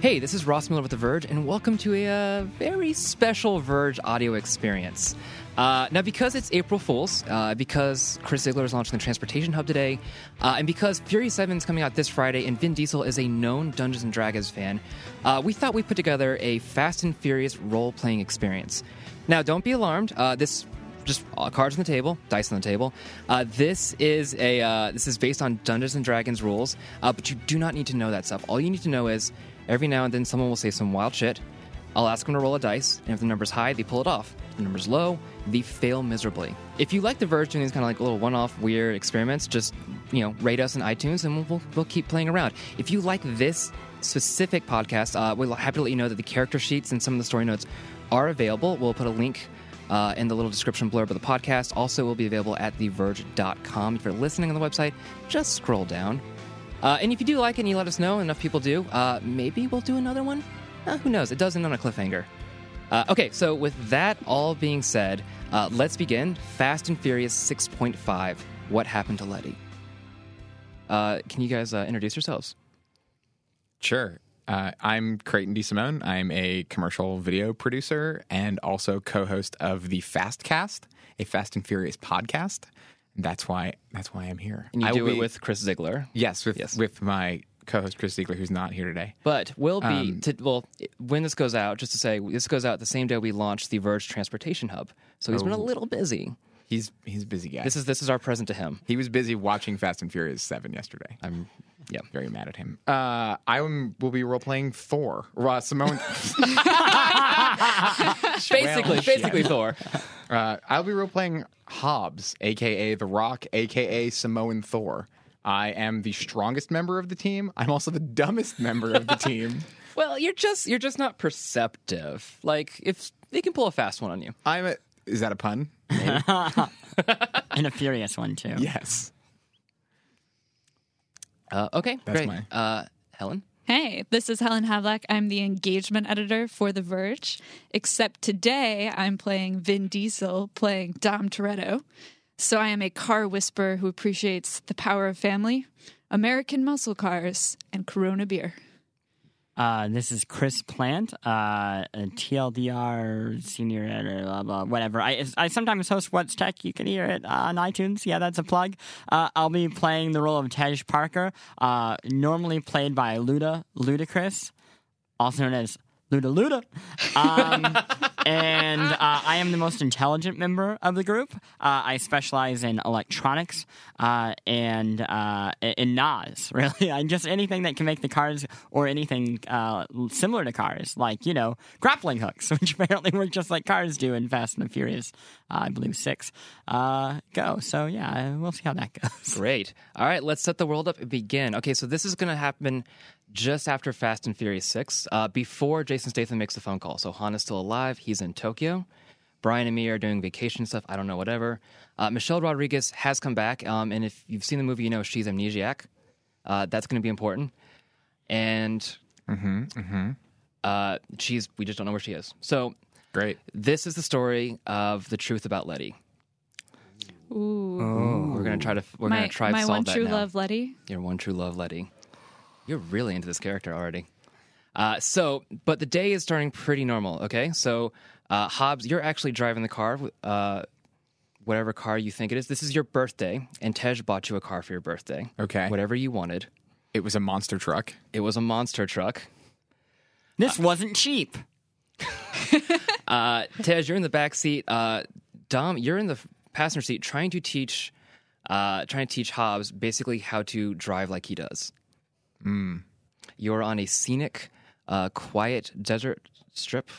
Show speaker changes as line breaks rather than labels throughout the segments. Hey, this is Ross Miller with The Verge, and welcome to a uh, very special Verge audio experience. Uh, now, because it's April Fool's, uh, because Chris Ziegler is launching the Transportation Hub today, uh, and because Fury 7 is coming out this Friday, and Vin Diesel is a known Dungeons and Dragons fan, uh, we thought we'd put together a Fast and Furious role playing experience. Now, don't be alarmed. Uh, this just all cards on the table, dice on the table. Uh, this is a uh, this is based on Dungeons and Dragons rules, uh, but you do not need to know that stuff. All you need to know is every now and then someone will say some wild shit. I'll ask them to roll a dice, and if the number's high, they pull it off. If the number's low, they fail miserably. If you like the Verge doing these kind of like little one-off weird experiments, just you know rate us on iTunes, and we'll, we'll, we'll keep playing around. If you like this specific podcast, uh, we're happy to let you know that the character sheets and some of the story notes are available. We'll put a link uh, in the little description blurb of the podcast. Also, will be available at theverge.com. If you're listening on the website, just scroll down. Uh, and if you do like it and you let us know, enough people do, uh, maybe we'll do another one. Uh, who knows? It doesn't on a cliffhanger. Uh, okay, so with that all being said, uh, let's begin Fast and Furious 6.5 What Happened to Letty? Uh, can you guys uh, introduce yourselves?
Sure. Uh, I'm Creighton DeSimone. I'm a commercial video producer and also co-host of the Fastcast, a Fast and Furious podcast. That's why that's why I'm here.
And you
I
do
will
it
be-
with Chris Ziegler.
yes, with
Yes.
with my co-host Chris Ziegler, who's not here today.
But will be
Um,
to, well when this goes out. Just to say, this goes out the same day we launched the Verge Transportation Hub. So he's been a
Oh.
little busy.
He's he's a busy guy.
This is this is our present to him.
he was busy watching Fast and Furious Seven yesterday. I'm
yeah.
very mad at him. Uh, I am- will be role playing Thor. Ra Simone.
Basically,
shit.
basically Thor.
Uh, I'll be role playing Hobbs, aka The Rock, aka Samoan Thor. I am the strongest member of the team. I'm also the dumbest member of the team.
Well, you're just you're just not perceptive. Like if they can pull a fast one on you.
I'm a. Is that a pun?
And a furious one too.
Yes.
Uh, okay,
That's
great.
my-
Uh, Helen.
Hey, this is Helen Havlock. I'm the engagement editor for The Verge. Except today, I'm playing Vin Diesel, playing Dom Toretto. So I am a car whisperer who appreciates the power of family, American muscle cars, and Corona beer.
Uh, this is Chris Plant, uh, a TLDR senior editor, blah blah, whatever. I, I sometimes host What's Tech. You can hear it uh, on iTunes. Yeah, that's a plug. Uh, I'll be playing the role of Tej Parker, uh, normally played by Luda Ludacris, also known as Luda Luda. Um, and uh, I am the most intelligent member of the group. Uh, I specialize in electronics uh, and uh, in NAS, really. I just anything that can make the cars or anything uh, similar to cars, like, you know, grappling hooks, which apparently work just like cars do in Fast and the Furious, uh, I believe, six. Uh, go. So, yeah, we'll see how that goes.
Great. All right, let's set the world up and begin. Okay, so this is going to happen just after Fast and Furious 6, uh, before Jason Statham makes a phone call. So Han is still alive, he's in Tokyo. Brian and me are doing vacation stuff, I don't know, whatever. Uh, Michelle Rodriguez has come back, um, and if you've seen the movie, you know she's amnesiac. Uh, that's going to be important. And Uh, she's, we just don't know where she is. So
Great.
this is the story of the truth about Letty.
Ooh.
We're gonna try to we're
my
gonna try to
my
solve
one
that
true
now.
love, Letty.
Your one true love, Letty. You're really into this character already. Uh, so, but the day is starting pretty normal. Okay, so uh, Hobbs, you're actually driving the car, uh, whatever car you think it is. This is your birthday, and Tej bought you a car for your birthday.
Okay.
whatever you wanted.
It was a monster truck.
It was a monster truck.
This wasn't cheap.
Uh, Tej, you're in the back seat. Uh, Dom, you're in the passenger seat, trying to teach, uh, trying to teach Hobbs basically how to drive like he does. You're on a scenic, uh, quiet desert strip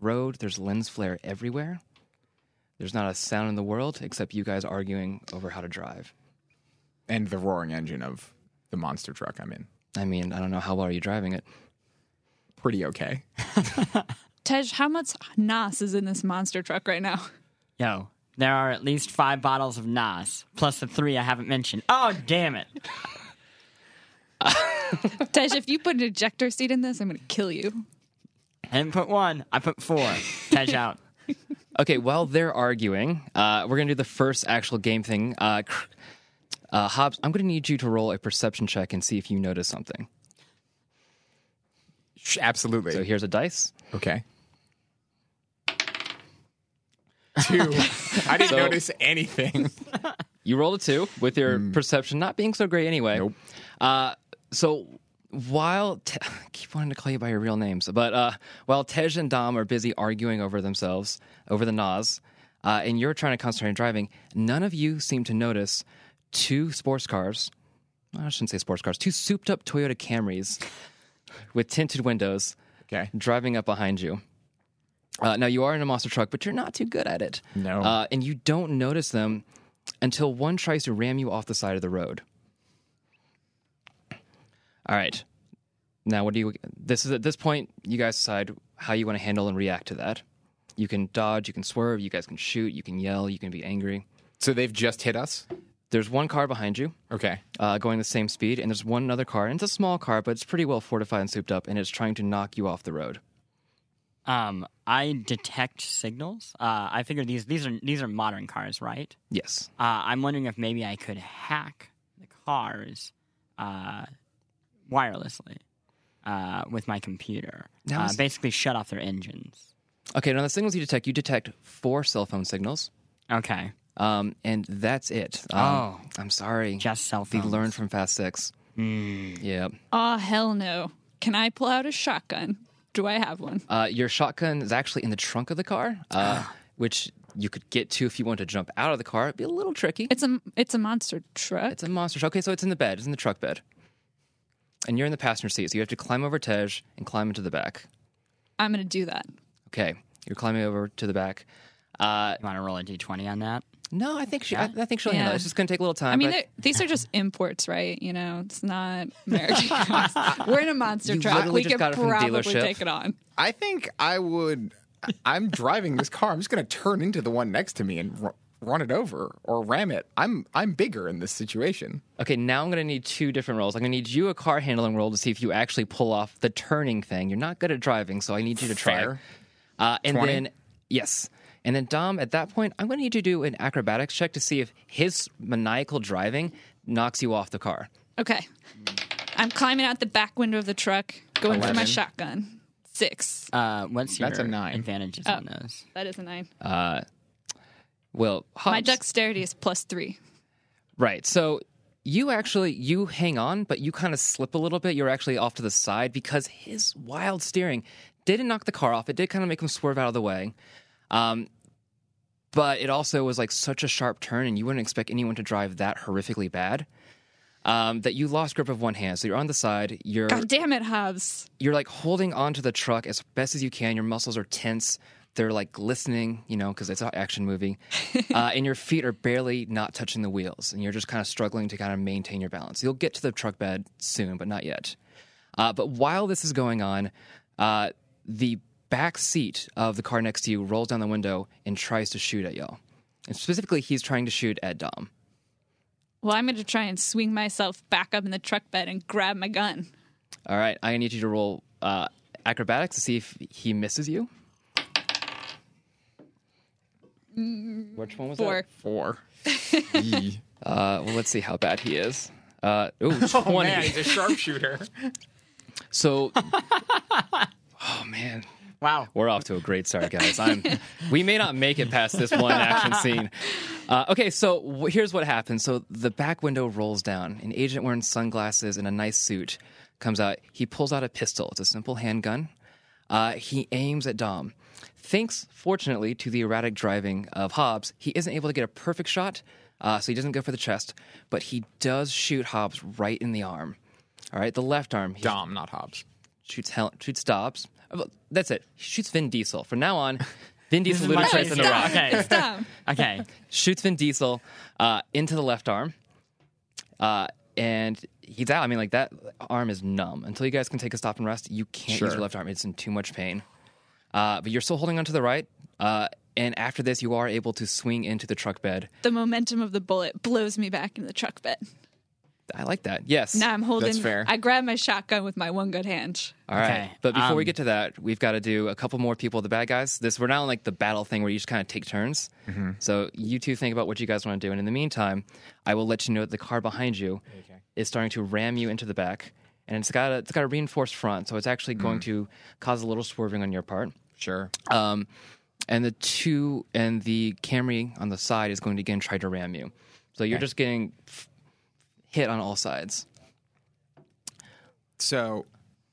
road. There's lens flare everywhere. There's not a sound in the world except you guys arguing over how to drive.
and the roaring engine of the monster truck I'm in.
I mean, I don't know how well are you driving it.
Pretty okay.
Tej, how much NAS is in this monster truck right now?
Yo, there are at least five bottles of Nas, plus the three I haven't mentioned. Oh, damn it.
Tej, if you put an ejector seat in this, I'm going to kill you.
I didn't put one. I put four. Catch out.
Okay, while they're arguing, uh, we're gonna do the first actual game thing. Uh, cr- uh, Hobbs, I'm gonna need you to roll a perception check and see if you notice something.
Sh- Absolutely.
So here's a dice.
okay. Two. I didn't
So-
notice anything.
You rolled a two with your perception not being so great anyway.
Nope.
Uh, so while Te- I keep wanting to call you by your real names, but uh, while Tej and Dom are busy arguing over themselves over the Nas, uh, and you're trying to concentrate on driving, none of you seem to notice two sports cars. I shouldn't say sports cars. Two souped-up Toyota Camrys with tinted windows
Okay.
driving up behind you. Uh, now you are in a monster truck, but you're not too good at it.
No.
uh, and you don't notice them until one tries to ram you off the side of the road. All right. Now, what do you? This is at this point, you guys decide how you want to handle and react to that. You can dodge, you can swerve, you guys can shoot, you can yell, you can be angry.
So they've just hit us.
There's one car behind you
Okay.
uh, going the same speed, and there's one other car, and it's a small car, but it's pretty well fortified and souped up, and it's trying to knock you off the road.
Um, I detect signals. Uh, I figure these these are these are modern cars, right?
Yes.
Uh, I'm wondering if maybe I could hack the cars uh, wirelessly uh, with my computer.
Now
Uh,
is-
basically, shut off their engines.
Okay. Now the signals you detect, you detect four cell phone signals,
Okay,
um, and that's it. Um,
Oh.
I'm sorry.
just cell
We
Oh.
phones.
learned from Fast Six.
Hmm.
Yeah.
Aw, hell no. Can I pull out a shotgun? Do I have one?
Uh, your shotgun is actually in the trunk of the car, uh,
Ah.
which you could get to if you want to jump out of the car. It'd be a little tricky.
It's a it's a monster truck.
It's a monster truck. Okay, so it's in the bed. It's in the truck bed. And you're in the passenger seat, so you have to climb over Tej and climb into the back.
I'm gonna do that.
Okay, you're climbing over to the back. Uh,
You want to roll a d20 on that?
no, I think she. I, I think she'll handle
Yeah.
it. It's just going to take a little time.
I mean,
but
they're- these are just imports, right? You know, it's not American. cars. We're in a monster
You
truck.
literally
We
just
could
got it from the
probably
dealership.
take it on.
I think I would. I'm driving this car. I'm just going to turn into the one next to me and r- run it over or ram it. I'm I'm bigger in this situation.
okay, now I'm going to need two different rolls. I'm going to need you a car handling roll to see if you actually pull off the turning thing. You're not good at driving, so I need you to try.
Fair.
Uh, and
20?
then yes, and then Dom. At that point, I'm going to need you to do an acrobatics check to see if his maniacal driving knocks you off the car.
Okay, I'm climbing out the back window of the truck, going for my
Eleven.
shotgun. Six.
Uh, what's
That's
your
a nine. Oh.
advantages on those?
That is a nine.
Oh, Well, Hobbs,
my dexterity is plus three.
Right. So you actually you hang on, but you kind of slip a little bit. You're actually off to the side because his wild steering didn't knock the car off. It did kind of make him swerve out of the way. Um, but it also was like such a sharp turn, and you wouldn't expect anyone to drive that horrifically bad. Um, that you lost grip of one hand, so you're on the side. You're
God damn it, Hobbs!
you're like holding onto the truck as best as you can. Your muscles are tense. They're like glistening, you know, because it's an action movie. uh, and your feet are barely not touching the wheels. And you're just kind of struggling to kind of maintain your balance. You'll get to the truck bed soon, but not yet. Uh, but while this is going on, uh, the back seat of the car next to you rolls down the window and tries to shoot at y'all. And specifically, he's trying to shoot at Dom.
Well, I'm gonna try and swing myself back up in the truck bed and grab my gun.
All right, I need you to roll uh, acrobatics to see if he misses you. Which one was
Four.
Four. Yee.
that? Uh, well, let's see how bad he is. Uh, ooh, 20.
a sharpshooter.
So, oh man,
Wow.
we're off to a great start, guys. I'm, we may not make it past this one action scene. Uh, okay, so w- here's what happens. So the back window rolls down. An agent wearing sunglasses and a nice suit comes out. He pulls out a pistol. It's a simple handgun. Uh, he aims at Dom. Thanks, fortunately, to the erratic driving of Hobbs, he isn't able to get a perfect shot, uh, so he doesn't go for the chest, but he does shoot Hobbs right in the arm. All right, the left arm. He
Dom, not Hobbs.
shoots Hel- shoots Dobbs. Uh, That's it. He shoots Vin Diesel. From now on, Vin Diesel
is my
Ludacris and The
favorite.
Rock
Okay.
It's dumb.
Okay.
shoots Vin Diesel uh, into the left arm, uh, and he's out. I mean, like that arm is numb until you guys can take a stop and rest. You can't use your
Sure.
left arm; it's in too much pain. Uh, but you're still holding onto the right, uh, and after this, you are able to swing into the truck bed.
The momentum of the bullet blows me back into the truck bed.
I like that. Yes.
Now I'm holding.
fair.
I grab my shotgun with my one good hand.
All right.
Okay,
But before we
um,
get to that, we've got to do a couple more people, the bad guys. This we're not on like the battle thing where you just kind of take turns. So you two think about what you guys want to do, and in the meantime, I will let you know that the car behind you is starting to ram you into the back, and it's got a, it's got a reinforced front, so it's actually going to cause a little swerving on your part.
Sure.
Um, and the two and the Camry on the side is going to again try to ram you. So you're just getting f- hit on all sides.
So,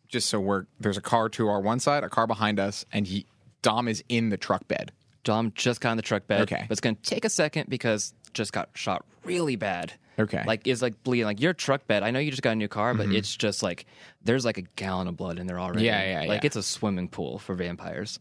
just so we're there's a car to our one side, a car behind us, and he, Dom is in the truck bed.
Dom just got on the truck bed.
Okay.
But it's going to take a second because just got shot really bad.
Okay. Mm-hmm.
Like, it's like bleeding. Like, your truck bed, I know you just got a new car, but it's just like, there's like a gallon of blood in there already.
Yeah, yeah,
Like,
yeah.
it's a swimming pool for vampires.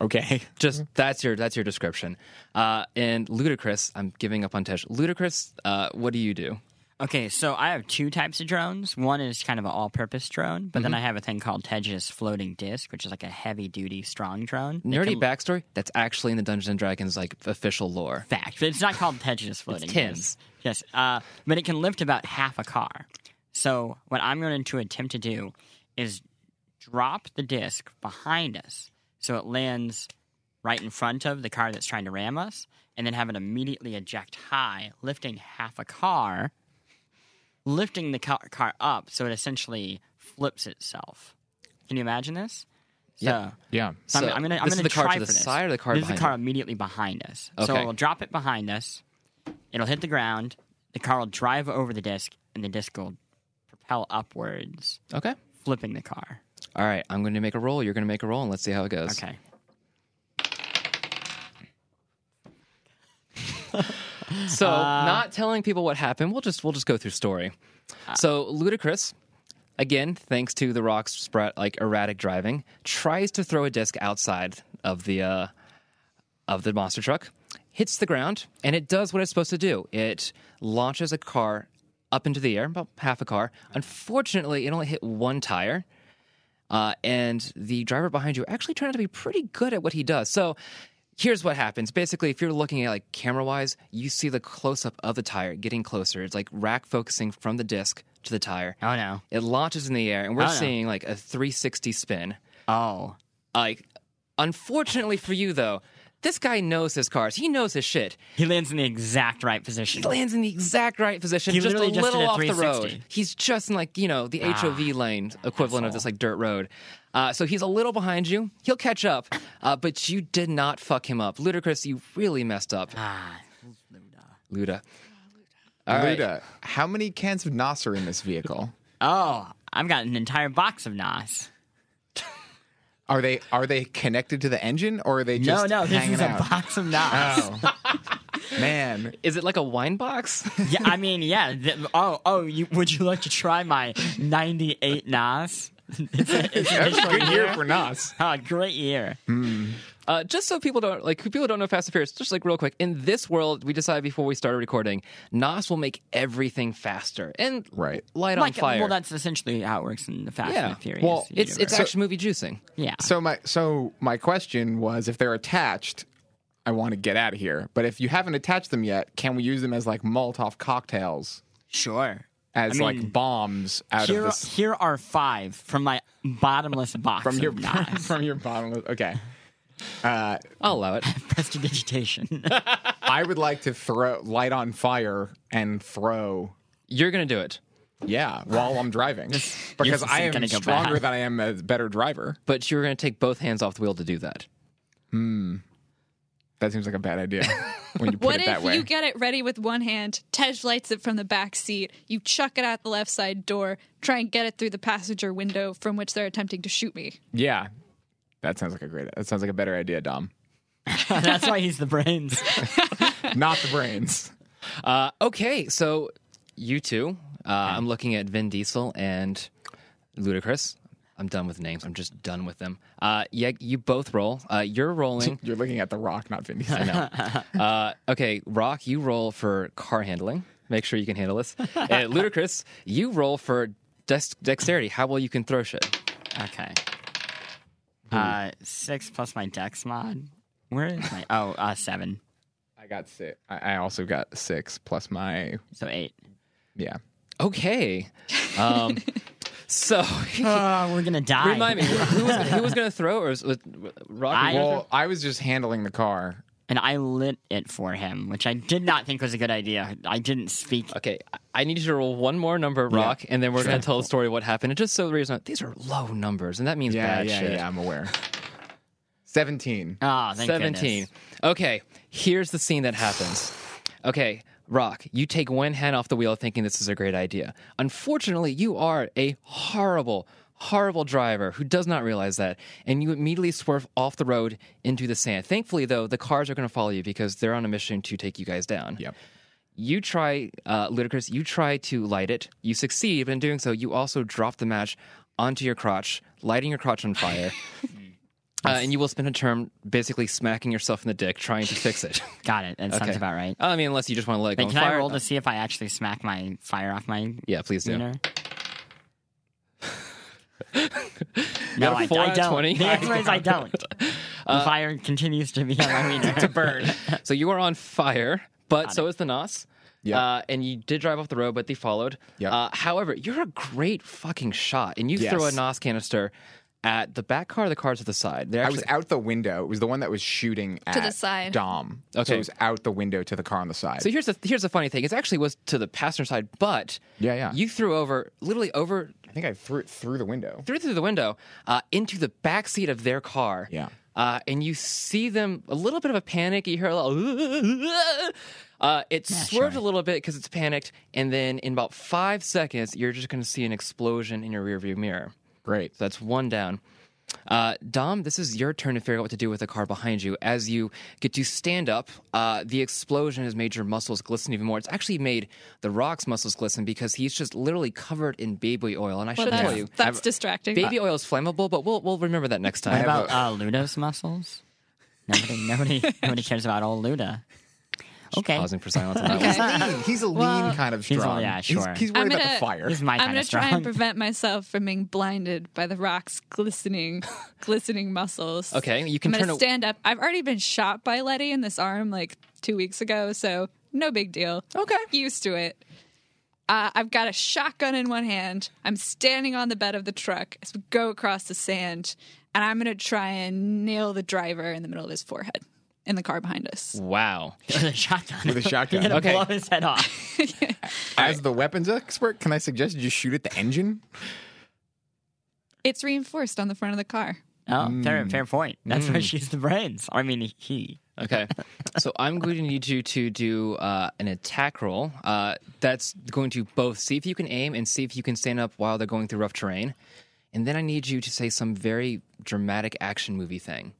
Okay.
Just that's your that's your description. Uh, and ludicrous, I'm giving up on Tesh. Ludicrous, uh, what do you do?
Okay, so I have two types of drones. One is kind of an all-purpose drone, but then I have a thing called Tejas floating disc, which is like a heavy-duty strong drone. They
Nerdy
can-
backstory. That's actually in the Dungeons and Dragons like official lore.
fact. It's not called Tejas floating
Tins.
disc. Yes, uh, but it can lift about half a car. So what I'm going to attempt to do is drop the disc behind us, so it lands right in front of the car that's trying to ram us, and then have it immediately eject high, lifting half a car, lifting the ca- car up, so it essentially flips itself. Can you imagine this?
Yeah.
So-
Yeah.
so I'm,
So
I'm gonna, I'm
this
gonna
is the car
try
to the
for this.
side or the car
This is
behind
the car
it?
immediately behind us. So
Okay.
we'll drop it behind us. It'll hit the ground. The car will drive over the disc, and the disc will propel upwards,
Okay.
flipping the car.
All right. I'm going to make a roll. You're going to make a roll, and let's see how it goes.
Okay.
So, not telling people what happened. We'll just we'll just go through story. so, Ludacris, again, thanks to the Rock's sprat, like erratic driving, tries to throw a disc outside of the uh, of the monster truck, hits the ground, and it does what it's supposed to do. It launches a car up into the air, about half a car. Unfortunately, it only hit one tire. Uh, and the driver behind you actually turned out to be pretty good at what he does. So here's what happens. Basically, if you're looking at like camera wise, you see the close up of the tire getting closer. It's like rack focusing from the disc to the tire.
Oh no.
It launches in the air, and we're
Oh, no.
seeing like a 360 spin.
Oh.
Like, unfortunately for you though, this guy knows his cars. He knows his shit.
He lands in the exact right position.
He lands in the exact right position,
He
just a
literally just
little
did a Ah.
off the
360.
road. He's just in like you know the HOV lane equivalent of this like dirt road. Uh, so he's a little behind you. He'll catch up, uh, but you did not fuck him up, Ludacris. You really messed up,
Ah.
Luda. All right.
Luda, how many cans of Nos are in this vehicle?
Oh, I've got an entire box of Nas.
Are they are they connected to the engine or are they just
no, no, this
hanging
is
out?
a box of Nas.
Oh. Man,
Is it like a wine box?
Yeah, I mean, yeah. th- oh, oh, you, would you like to try my 98 Nas? It's a- it's a-
good year for Nos.
oh, great year.
Uh, just so people don't like who people don't know Fast and Furious, just like real quick, in this world, we decided before we started recording, Nos will make everything faster and
Right.
light
Like,
on fire.
Well, that's essentially how it works in the Fast
yeah.
and Furious.
Well, it's it's
universe.
action movie juicing.
yeah.
So my so my question was if they're attached, I want to get out of here. But if you haven't attached them yet, can we use them as like Molotov cocktails,
sure.
as
I mean,
like bombs out
Here,
of this
here are five from my bottomless box
from
of
your
Nas.
from your bottomless? Okay,
I'll allow it.
prestidigitation.
I would like to throw light on fire and throw.
You're gonna do it.
Yeah, while I'm driving, because
isn't
I am
gonna go
stronger
bad.
than I am a better driver.
but you're going to take both hands off the wheel to do that.
That seems like a bad idea when you put
What
it that
if
way.
you get it ready with one hand, Tej lights it from the back seat, you chuck it out the left side door, try and get it through the passenger window from which they're attempting to shoot me.
yeah, that sounds like a great. That sounds like a better idea, Dom.
That's why he's the brains.
Not the brains.
Uh, okay, so you two, uh, I'm looking at Vin Diesel and Ludacris. I'm done with names. I'm just done with them. Uh, yeah, you both roll. Uh, you're rolling.
You're looking at the Rock, not Vin Diesel.
Uh, okay, Rock, you roll for car handling. Make sure you can handle this. And Ludacris, you roll for dex- dexterity. How well you can throw shit.
Okay. Uh, six plus my dex mod. Where is my? Oh, uh, seven.
I got six. I, I also got six plus my
So eight.
yeah.
Okay. Um, so
Oh, we're gonna die.
remind me, who was, who was going to throw? Or was, was Rock?
I-
you gonna
Well, I was just handling the car.
and I lit it for him, which I did not think was a good idea. I didn't speak.
Okay, I- I need you to roll one more number, Rock, and then we're going to tell the story of what happened. And just so the reason, these are low numbers, and that means
Yeah,
bad
yeah,
shit.
yeah. I'm aware. Seventeen.
Ah, thank
17.
goodness.
Okay, here's the scene that happens. Okay, Rock, you take one hand off the wheel thinking this is a great idea. Unfortunately, you are a horrible, horrible driver who does not realize that, and you immediately swerve off the road into the sand. Thankfully, though, the cars are going to follow you because they're on a mission to take you guys down.
Yep.
You try, uh, Ludacris, you try to light it. You succeed, but in doing so, you also drop the match onto your crotch, lighting your crotch on fire. Uh, and you will spend a term basically smacking yourself in the dick trying to fix it.
Got it. That sounds
Okay.
about right.
I mean, unless you just want to let it go
Wait,
on
can
fire.
I roll to see if I actually smack my fire off my
Yeah, please do.
wiener?
got
no,
a
I,
four
I
out of
don't.
20?
The answer is I don't. The
Uh,
fire continues to be on my wiener. to burn.
So you are on fire, but so is the Nos.
Yeah.
Uh, and you did drive off the road, but they followed.
Yeah.
Uh, however, you're a great fucking shot, and you
Yes.
throw a Nos canister at the back car, or the cars to the side. They're
I
actually
was out the window. It was the one that was shooting at
the side.
Dom. So
Okay.
it was out the window to the car on the side.
So here's the here's the funny thing. It actually was to the passenger side, but
Yeah, yeah.
you threw over literally over
I think I threw it through the window.
threw through the window uh, into the back seat of their car.
Yeah.
Uh, and you see them a little bit of a panic. You hear a little. Uh, it swerved a little bit because it's panicked, and then in about five seconds, you're just going to see an explosion in your rearview mirror.
Great.
So that's one down. Uh, Dom, this is your turn to figure out what to do with the car behind you. As you get to stand up, uh, the explosion has made your muscles glisten even more. It's actually made the Rock's muscles glisten because he's just literally covered in baby oil. And I
Well,
should tell
that's,
you,
that's distracting.
baby oil is flammable, but we'll we'll remember that next
What
time.
have
about uh, Luda's muscles? Nobody, nobody, nobody cares about old Luda. Okay.
Pausing for silence. on that
Okay.
one.
Lean. He's a lean
Well-
kind of
He's a-
strong.
yeah, sure.
He's, he's
I'm
worried about
gonna-
the fire.
He's my
I'm
kind
gonna
of
try and
strong.
prevent myself from being blinded by the rock's glistening, glistening muscles.
Okay, you can
I'm
turn
gonna
a-
stand up. I've already been shot by Letty in this arm like two weeks ago, so no big deal.
Okay.
used to it. Uh, I've got a shotgun in one hand. I'm standing on the bed of the truck as we go across the sand, and I'm gonna try and nail the driver in the middle of his forehead in the car behind us.
Wow.
With a shotgun.
With a shotgun.
You're gonna
Okay.
blow his head off.
As the weapons expert, can I suggest you just shoot at the engine?
It's reinforced on the front of the car.
Oh, fair,
Mm.
fair point. That's why she's the brains. I mean, he.
Okay. so I'm going to need you to do uh, an attack roll. Uh, that's going to both see if you can aim and see if you can stand up while they're going through rough terrain. And then I need you to say some very dramatic action movie thing.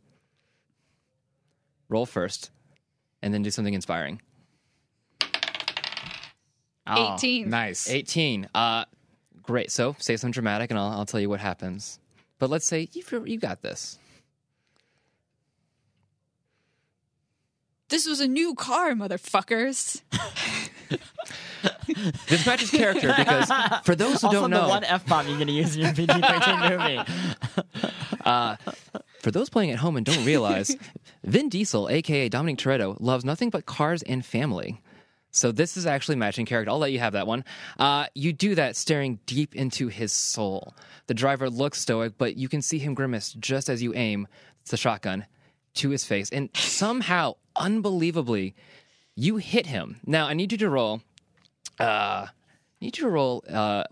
Roll first, and then do something inspiring.
Oh.
18.
Nice.
18. Uh, great. So say something dramatic, and I'll, I'll tell you what happens. But let's say you you got this.
This was a new car, motherfuckers.
This matches character because for those who
Also,
don't
the
know,
one e- f bomb you're gonna use in your PG-13 movie.
For those playing at home and don't realize, Vin Diesel, aka Dominic Toretto, loves nothing but cars and family. So this is actually matching character. I'll let you have that one. Uh, you do that staring deep into his soul. The driver looks stoic, but you can see him grimace just as you aim the shotgun to his face. And somehow, unbelievably, you hit him. Now I need you to roll. Uh, I need you to roll. Uh,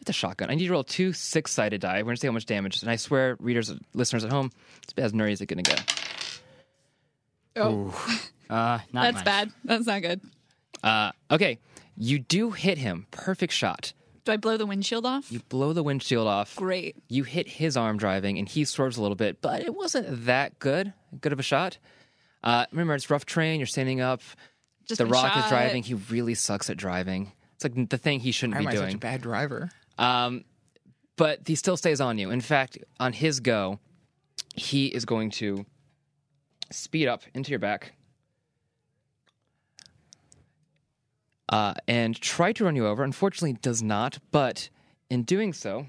it's a shotgun. I need you to roll two six sided die. We're gonna see how much damage. And I swear, readers, listeners at home, it's about as nerdy as it's gonna get.
Uh, not
That's
much.
bad. That's not good.
Uh, okay, you do hit him. Perfect shot.
Do I blow the windshield off?
Blow the windshield off.
Great.
You hit his arm driving, and he swerves a little bit, but it wasn't that good. Good of a shot. Uh, remember, it's rough terrain. You're standing up.
Just
the
been
Rock is
shot.
driving. He really sucks at driving. It's like the thing he shouldn't
Why am
be
I
doing.
such a bad driver?
Um, but he still stays on you. In fact, on his go, he is going to speed up into your back uh, and try to run you over. Unfortunately, does not. But in doing so,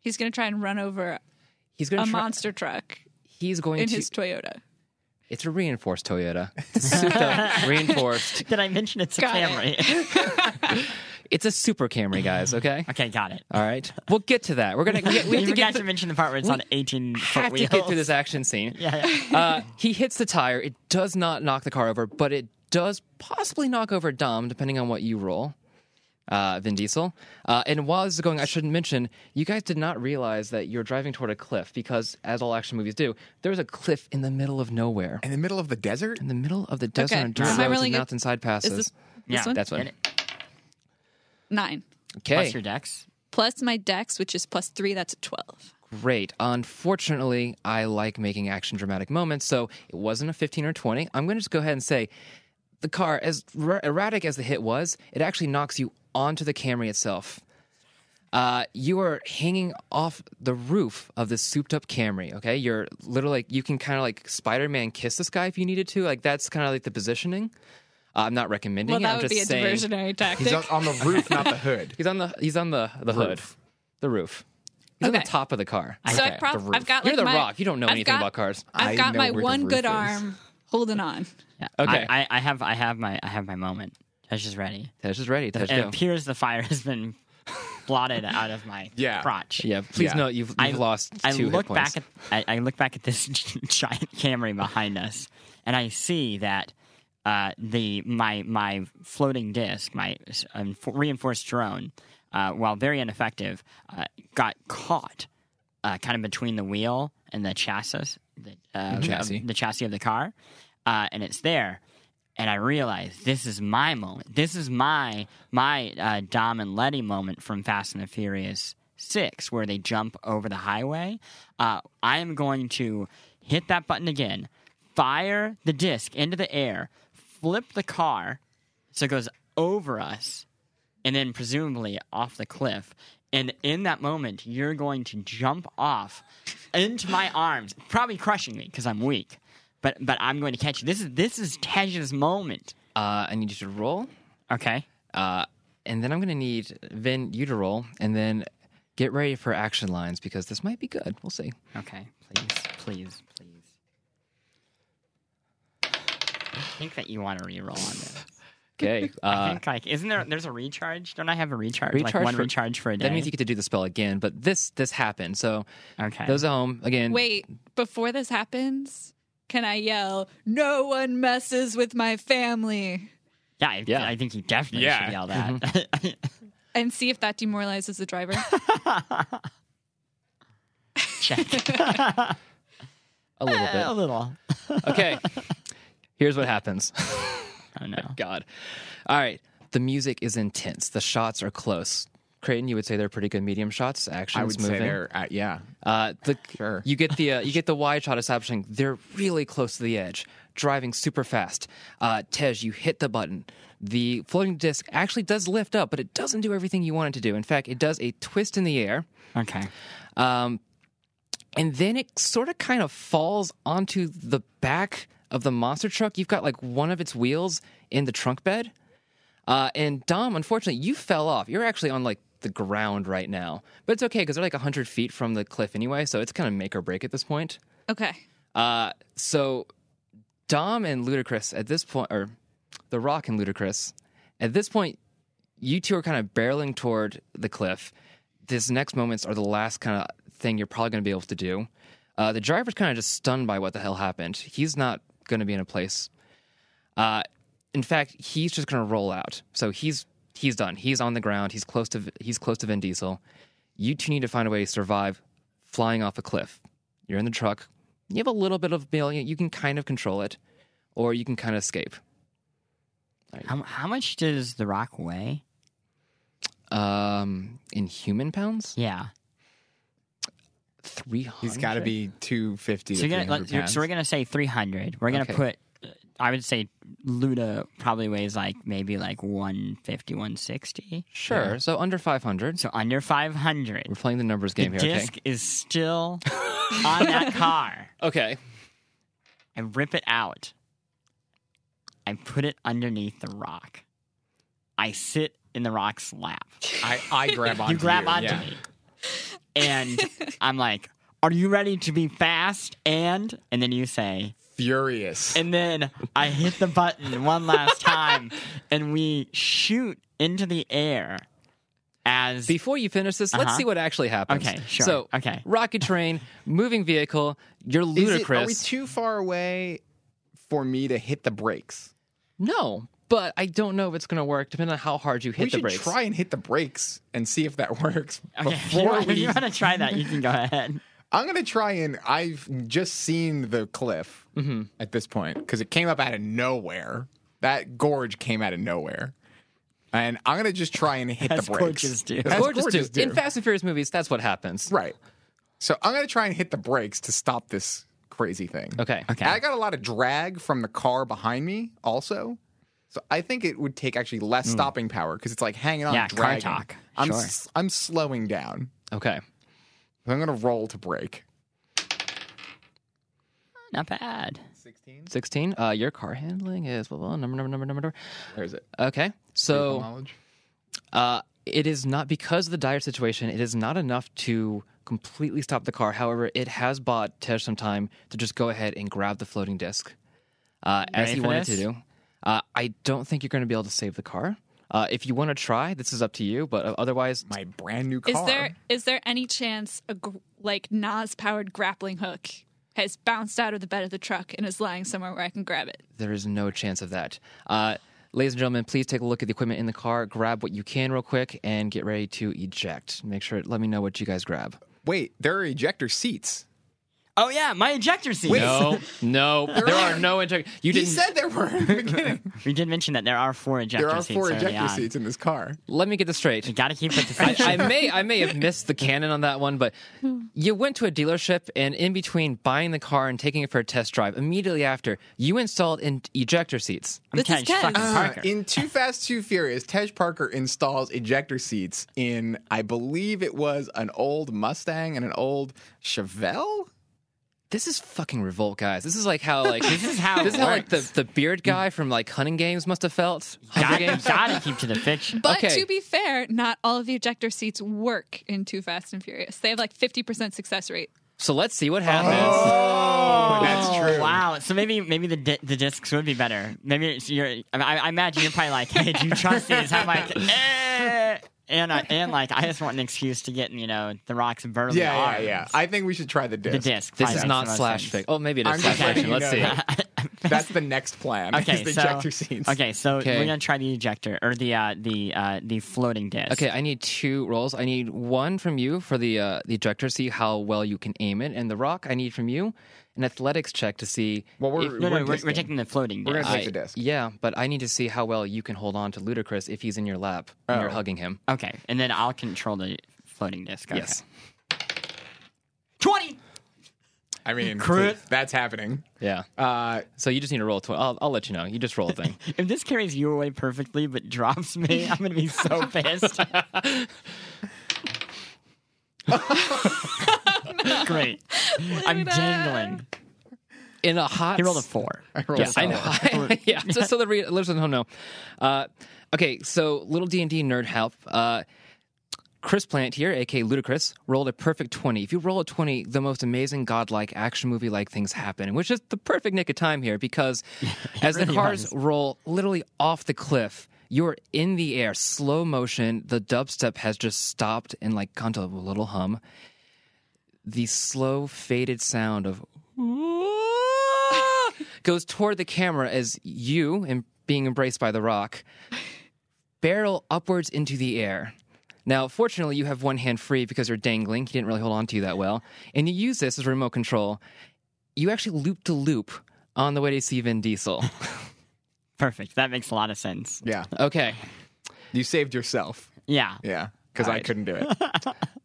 He's going to try and run over
he's going
a
to. Try-
monster truck
he's going
in
to.
his Toyota.
it's a reinforced Toyota. It's a souped up, reinforced.
Did I mention it's a
Got
camera?
It's a super Camry, guys. Okay.
Okay, got it.
All right. We'll get to that. We're gonna. We, we have
you
to
forgot
get.
to
th-
mention the part where it's
we
on 18 foot
have to
wheels.
get through this action scene.
Yeah, yeah.
Uh, he hits the tire. It does not knock the car over, but it does possibly knock over Dom, depending on what you roll. Uh, Vin Diesel. Uh, and while this is going, I should mention you guys did not realize that you're driving toward a cliff because, as all action movies do, there's a cliff in the middle of nowhere,
In the middle of the desert?
in the middle of the desert,
Okay.
on dirt
Am I
roads
rolling
and
it?
mountainside passes.
Is this,
Yeah,
this one?
That's what.
And it-
Nine.
Okay.
Plus your decks.
Plus my dex, which is plus three, that's a 12.
Great. Unfortunately, I like making action dramatic moments, so it wasn't a 15 or 20. I'm going to just go ahead and say the car, as er- erratic as the hit was, it actually knocks you onto the Camry itself. Uh, you are hanging off the roof of this souped up Camry, okay? You're literally like, you can kind of like Spider Man kiss this guy if you needed to. Like, that's kind of like the positioning. Uh, I'm not recommending
Well,
it.
that
I'm
would
just
be a
saying.
diversionary tactic.
He's on, on the roof, not the hood.
He's on the, he's on the, the hood,
Roof.
the roof. He's on
Okay.
the top of the car.
so
Okay,
I've, prob-
the roof.
I've got like
You're the
my,
rock. You don't know
I've
anything
got-
about cars.
I've
I
got
know
my
where the
one
roof
good
is.
arm holding on.
Yeah.
Okay.
I, I, I have I have my I have my moment. Tesh is ready.
Tej is ready. Tej,
it
go.
appears the fire has been blotted out of my
Yeah.
crotch.
Yeah, please
Yeah.
note you've, you've
I-
lost
I
two
look
hit points.
back at I, I look back at this giant Camry behind us, and I see that uh, the my my floating disc, my s- um, f- reinforced drone, uh, while very ineffective, uh, got caught uh, kind of between the wheel and the chassis, the, uh,
Chassis.
of- the chassis of the car, uh, and it's there. And I realize this is my moment. This is my my uh, Dom and Letty moment from Fast and the Furious Six, where they jump over the highway. Uh, I am going to hit that button again, fire the disc into the air, flip the car so it goes over us and then presumably off the cliff. And in that moment, you're going to jump off into my arms, probably crushing me because I'm weak. But but I'm going to catch you. This is this is Tej's moment.
Uh, I need you to roll,
Okay.
uh, and then I'm going to need Vin you to roll, and then get ready for action lines because this might be good. We'll see.
Okay. Please, please, please. I think that you want to reroll on this.
Okay,
I
uh,
think like isn't there there's a recharge? Don't I have a recharge?
Recharge
like one
for-
recharge for a day.
that means you get to do the spell again. But this this happened, so
okay.
those at home again.
Wait, before this happens, can I yell, no one messes with my family?
yeah, I,
Yeah. Mm-hmm.
I think you definitely
Yeah.
should yell that.
And see if that demoralizes the driver.
Check.
a little
A
bit.
little.
Okay, here's what happens.
Oh no.
God. All right. The music is intense. The shots are close. Creighton, you would say they're pretty good medium shots. Action
I
is
would
moving.
say they're, uh, yeah.
Oh,
Uh, the,
Sure.
You get the uh, you get the wide shot establishing they're really close to the edge, driving super fast. Uh, Tej, you hit the button. The floating disc actually does lift up, but it doesn't do everything you want it to do. In fact, it does a twist in the air,
Okay.
um, and then it sort of kind of falls onto the back of the monster truck. You've got like one of its wheels in the trunk bed. Uh, and Dom, unfortunately, you fell off. You're actually on like the ground right now, but it's okay because they're like 100 feet from the cliff anyway, so it's kind of make or break at this point.
okay.
Uh, so Dom and Ludacris at this point, or The Rock and Ludacris, at this point, you two are kind of barreling toward the cliff. These next moments are the last kind of thing you're probably going to be able to do. Uh, the driver's kind of just stunned by what the hell happened. He's not going to be in a place. Uh, in fact, he's just going to roll out. So he's he's done. He's on the ground. He's close to he's close to Vin Diesel. You two need to find a way to survive flying off a cliff. You're in the truck. You have a little bit of million. You can kind of control it, or you can kind of escape.
How, how much does The Rock weigh?
Um, in human pounds,
Yeah.
three hundred.
He's got to be 250
So,
to
you're gonna,
300
let, you're,
pounds.
so we're going to say 300. We're going to
Okay.
put, uh, I would say Luda probably weighs like maybe like 150, 160.
sure. So under five hundred.
So under 500.
We're playing the numbers
The
game here.
disc is still on that car.
Okay. Okay.
I rip it out. I put it underneath The Rock. I sit in The Rock's lap.
I, I grab onto
you grab onto
yeah.
me. And I'm like, Are you ready to be fast? And and then you say,
furious.
And then I hit the button one last time, and we shoot into the air as
Before you finish this, let's
Uh-huh.
see what actually happens.
Okay, sure.
So,
Okay.
rocket train, moving vehicle. You're
Is it- are we
ludicrous.
too far away for me to hit the brakes?
no, but I don't know if it's going to work. Depending on how hard you hit
we
the
should
brakes.
try and hit the brakes and see if that works.
okay, if you,
Before
want- if
we,
you want to try that, you can go ahead.
I'm gonna try and I've just seen the cliff at this point because it came up out of nowhere. That gorge came out of nowhere, and I'm gonna just try and hit
As
the brakes.
gorges do.
As
Gorgeous,
gorges
dude. In Fast and Furious movies, that's what happens.
Right. So I'm gonna try and hit the brakes to stop this crazy thing.
Okay.
Okay.
And I got a lot of drag from the car behind me, also. So I think it would take actually less stopping power because it's like hanging on.
Hmm. Yeah, car
dragging.
talk.
I'm
Sure.
s- I'm slowing down.
Okay.
I'm gonna roll to brake.
Not bad.
16. Uh, your car handling is blah, blah, number, number, number, number, number.
There's it.
Okay. So.
Knowledge.
Uh, it is not because of the dire situation. It is not enough to completely stop the car. However, it has bought Tej some time to just go ahead and grab the floating disc, uh, as
Ready
he
for
wanted
this?
to do. Uh, I don't think you're going to be able to save the car. Uh, if you want to try, this is up to you. But uh, otherwise,
My brand new car.
Is there is there any chance a gr- like Nas powered grappling hook has bounced out of the bed of the truck and is lying somewhere where I can grab it?
there is no chance of that. Uh, ladies and gentlemen, please take a look at the equipment in the car. Grab what you can real quick and get ready to eject. Make sure. Let me know what you guys grab.
Wait, there are ejector seats.
Oh yeah, my ejector seat.
No, no, there are no eject. You
He
didn't.
said there were in the beginning.
We did mention that there are four ejector
there are
seats.
four
early
ejector
on.
seats in this car.
let me get this straight.
You gotta keep it
I,
professional.
I may I may have missed the canon on that one, but you went to a dealership and in between buying the car and taking it for a test drive, immediately after you installed in ejector seats.
I'm
This
Tej
is Tej.
fucking
Uh,
Parker.
In Too Fast, Too Furious, Tej Parker installs ejector seats in, I believe it was an old Mustang and an old Chevelle.
This is fucking revolt, guys. This is like how like this
is how
this
it
is how like the,
works.
the beard guy from like hunting games must have felt. Hunger
gotta,
games.
gotta keep to the fiction.
But
Okay.
to be fair, not all of the ejector seats work in Too Fast and Furious. They have like fifty percent success rate.
So let's see what happens.
Oh, that's true.
Wow. So maybe maybe the di- the discs would be better. Maybe it's you're. I, I imagine you're probably like, hey, do you trust these? I'm like, eh. and I, and like I just want an excuse to get in, you know the rocks burly
Yeah, yeah,
arms.
yeah. I think we should try the
The
disc.
disc.
This
probably
is
makes
not
the most
slash
sense.
fic. Oh, maybe it is
I'm
slash
just
fiction.
letting
Let's see.
you know that. That's the next plan.
Okay,
is the
so
ejector seats.
okay, so
Okay.
we're gonna try the ejector or the uh, the uh, the floating disc.
Okay, I need two rolls. I need one from you for the uh, the ejector, see how well you can aim it, and the rock I need from you an athletics check to see.
Well, we're,
No, no,
we're,
we're, we're,
discing.
taking the floating.
We're
disc.
gonna take
I-
the disc.
Yeah, but I need to see how well you can hold on to Ludacris if he's in your lap and you're
Oh.
hugging him.
Okay, and then I'll control the floating disc. Okay.
Yes.
Twenty.
I mean,
Crit.
that's happening.
Yeah.
Uh,
So you just need to roll. Tw- I'll, I'll let you know. You just roll a thing.
If this carries you away perfectly but drops me, I'm gonna be so pissed. Great. I'm dangling.
In a hot.
He rolled a four.
rolled
Yeah,
a
I know. yeah, just so the re- listeners don't know. Uh, okay, so little D and D nerd help. Uh, Chris Plant here, aka Ludacris, rolled a perfect twenty. If you roll a twenty, the most amazing godlike action movie like things happen, which is the perfect nick of time here because as the
really
cars
was.
roll literally off the cliff. You're in the air, slow motion. The dubstep has just stopped and like gone to a little hum. The slow, faded sound of goes toward the camera as you, and being embraced by the rock, barrel upwards into the air. Now, fortunately, you have one hand free because you're dangling. He didn't really hold on to you that well. And you use this as remote control. You actually loop to loop on the way to see Vin Diesel.
Perfect. That makes a lot of sense.
yeah,
Okay.
you saved yourself.
Yeah.
Yeah, because I
Alright.
couldn't do it.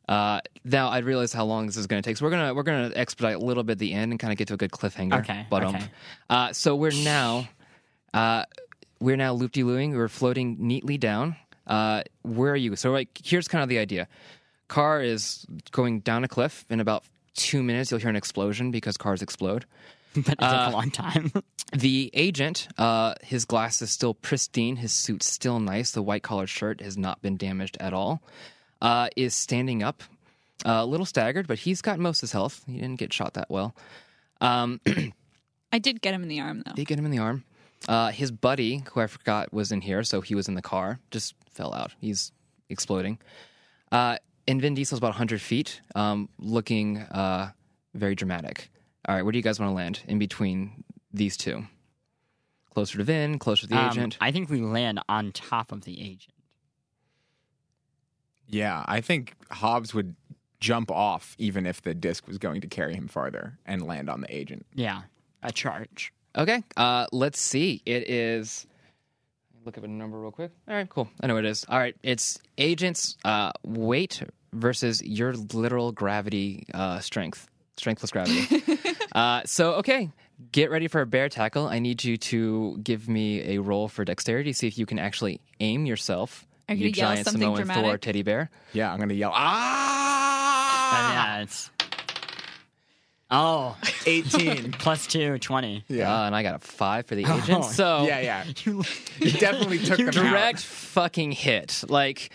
Uh, now I realize how long this is going to take, so we're gonna we're gonna expedite a little bit the end and kind of get to a good cliffhanger.
Okay,
But um,
okay.
uh, so we're now, uh, we're now loop de looing. We're floating neatly down. Uh, where are you? So like, here's kind of the idea. Car is going down a cliff. In about two minutes, you'll hear an explosion because cars explode.
But it took a long time.
The agent, uh, his glass is still pristine, his suit's still nice, the white collared shirt has not been damaged at all, uh, is standing up, uh, a little staggered, but he's got most of his health. He didn't get shot that well. Um,
I did get him in the arm though.
Did he get him in the arm? Uh, his buddy, who I forgot was in here, so he was in the car, just fell out. He's exploding. Uh, and Vin Diesel's about 100 feet, um, looking uh, very dramatic. All right, where do you guys want to land in between these two? Closer to Vin, closer to the
Um,
agent.
I think we land on top of the agent.
Yeah, I think Hobbs would jump off even if the disc was going to carry him farther and land on the agent.
Yeah, a charge.
Okay, uh, let's see. It is. Look up a number real quick. All right, cool. I know what it is. All right, it's agent's uh, weight versus your literal gravity uh, strength, strengthless gravity. uh, so, okay, get ready for a bear tackle. I need you to give me a roll for dexterity, see if you can actually aim yourself.
Are you
you
gonna yell
giant
something
Samoan Thor
dramatic?
teddy bear.
Yeah, I'm going to yell,
Uh,
ah!
yeah, it's- oh,
18.
plus two, 20.
yeah. Oh,
Uh, and I got a five for the agent. so,
yeah, yeah.
You-
You definitely took them
direct
out.
fucking hit. Like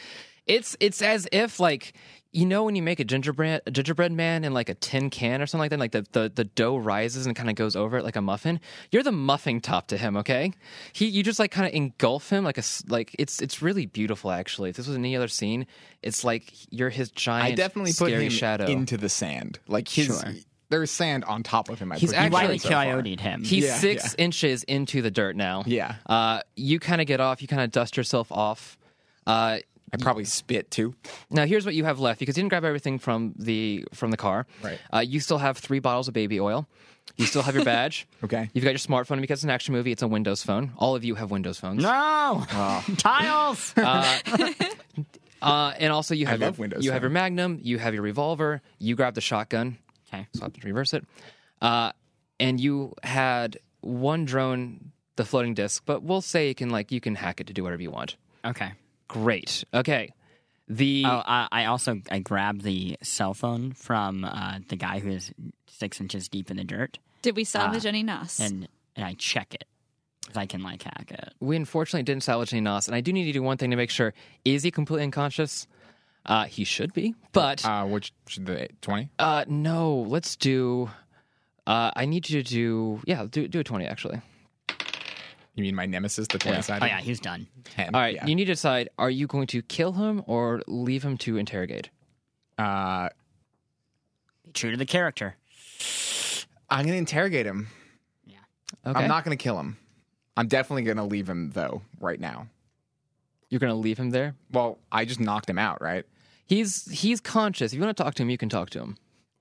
it's it's as if like you know when you make a gingerbread a gingerbread man in like a tin can or something like that, like the the, the dough rises and kind of goes over it like a muffin. You're the muffin top to him, okay? He you just like kind of engulf him like a s- like it's it's really beautiful actually. If this was any other scene, it's like you're his giant
I definitely put
scary
him
shadow.
into the sand. Like his,
Sure.
there's sand on top of him. I
He's
put him
actually-
down
Wiley
so far.
coyoted him.
He's
Yeah,
six inches into the dirt now.
Yeah.
Uh, you kind of get off. You kind of dust yourself off. Uh,
I probably spit too.
Now here's what you have left because you didn't grab everything from the from the car.
Right.
Uh, you still have three bottles of baby oil. You still have your badge.
Okay.
You've got your smartphone because it's an action movie. It's a Windows phone. All of you have Windows phones.
no! Oh, Tiles!
Uh, and also you have
love
your,
Windows
you have your
Phone.
Magnum. You have your revolver. You grab the shotgun.
okay.
So I have to reverse it. Uh, and you had one drone, the floating disc, but we'll say you can like you can hack it to do whatever you want.
Okay.
Great. Okay. The
Uh,
Oh, I, I also I grabbed the cell phone from uh, the guy who is six inches deep in the dirt,
Did we
Ah.
salvage any NOS?
and and I check it 'Cause I can like hack it.
we unfortunately didn't salvage any NOS, and I do need to do one thing to make sure: is he completely unconscious? Uh, he should be, but
Uh, which, should the 20?
uh, no. Let's do. Uh, I need you to do yeah, do do a twenty actually.
You mean my nemesis, the 20 side?
Oh yeah, he's done.
All right, you need to decide: are you going to kill him or leave him to interrogate?
Uh,
True to the character.
I'm going to interrogate him.
Okay,
I'm not going to kill him. I'm definitely going to leave him though right now.
you're going to leave him there.
Well, I just knocked him out, right?
He's he's conscious. If you want to talk to him, you can talk to him.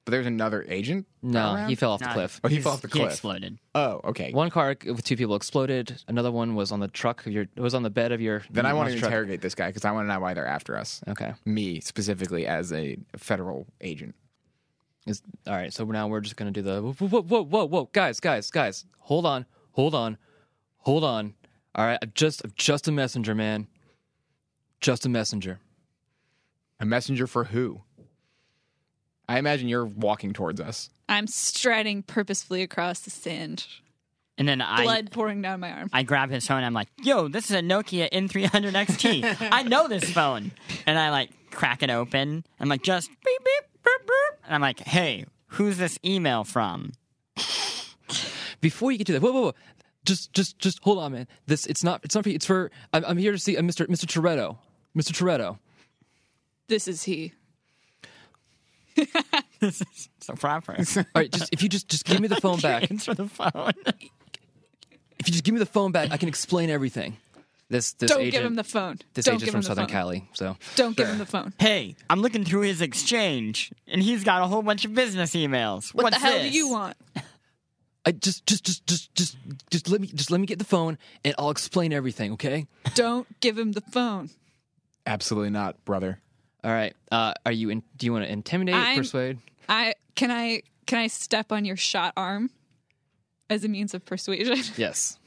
But there's another agent.
No,
around?
he fell off the
Nah,
cliff.
Oh, he
he's-
fell off the
He
cliff.
exploded.
Oh, okay.
One car with two people exploded. Another one was on the truck. Of your it was on the bed of your.
then I want to
monster truck.
interrogate this guy because I want to know why they're after us.
Okay.
Me specifically as a federal agent.
Is all right. So now we're just gonna do the whoa, whoa, whoa, whoa, whoa, guys, guys, guys. Hold on, hold on, hold on. All right, I'm just, I'm just a messenger, man. Just a messenger.
A messenger for who? I imagine you're walking towards us.
I'm striding purposefully across the sand,
And then I
blood pouring down my arm.
I grab his phone. I'm like, yo, this is a Nokia N300 XT. I know this phone. And I like crack it open. I'm like, just beep, beep, boop, boop. And I'm like, hey, who's this email from?
Before you get to that, whoa, whoa, whoa. Just, just, just hold on, man. This, it's not, it's not for you. It's for. I'm, I'm here to see a Mr. Mr. Toretto. Mr. Toretto.
This is he.
So proper.
All right, just if you just, just give me the phone back.
Answer the phone.
If you just give me the phone back, I can explain everything. This, this
Don't
agent.
give him the phone.
this
Don't
agent's
give
from
him the
Southern
phone.
Cali, so.
Don't give him the phone.
hey, I'm looking through his exchange, and he's got a whole bunch of business emails.
What
What's
the hell
this?
do you want?
I just, just, just, just, just, just let me, just let me get the phone, and I'll explain everything. Okay.
Don't give him the phone.
Absolutely not, brother.
All right. Uh, are you? In, do you want to intimidate,
I'm-
persuade?
I can I can I step on your shot arm as a means of persuasion?
Yes.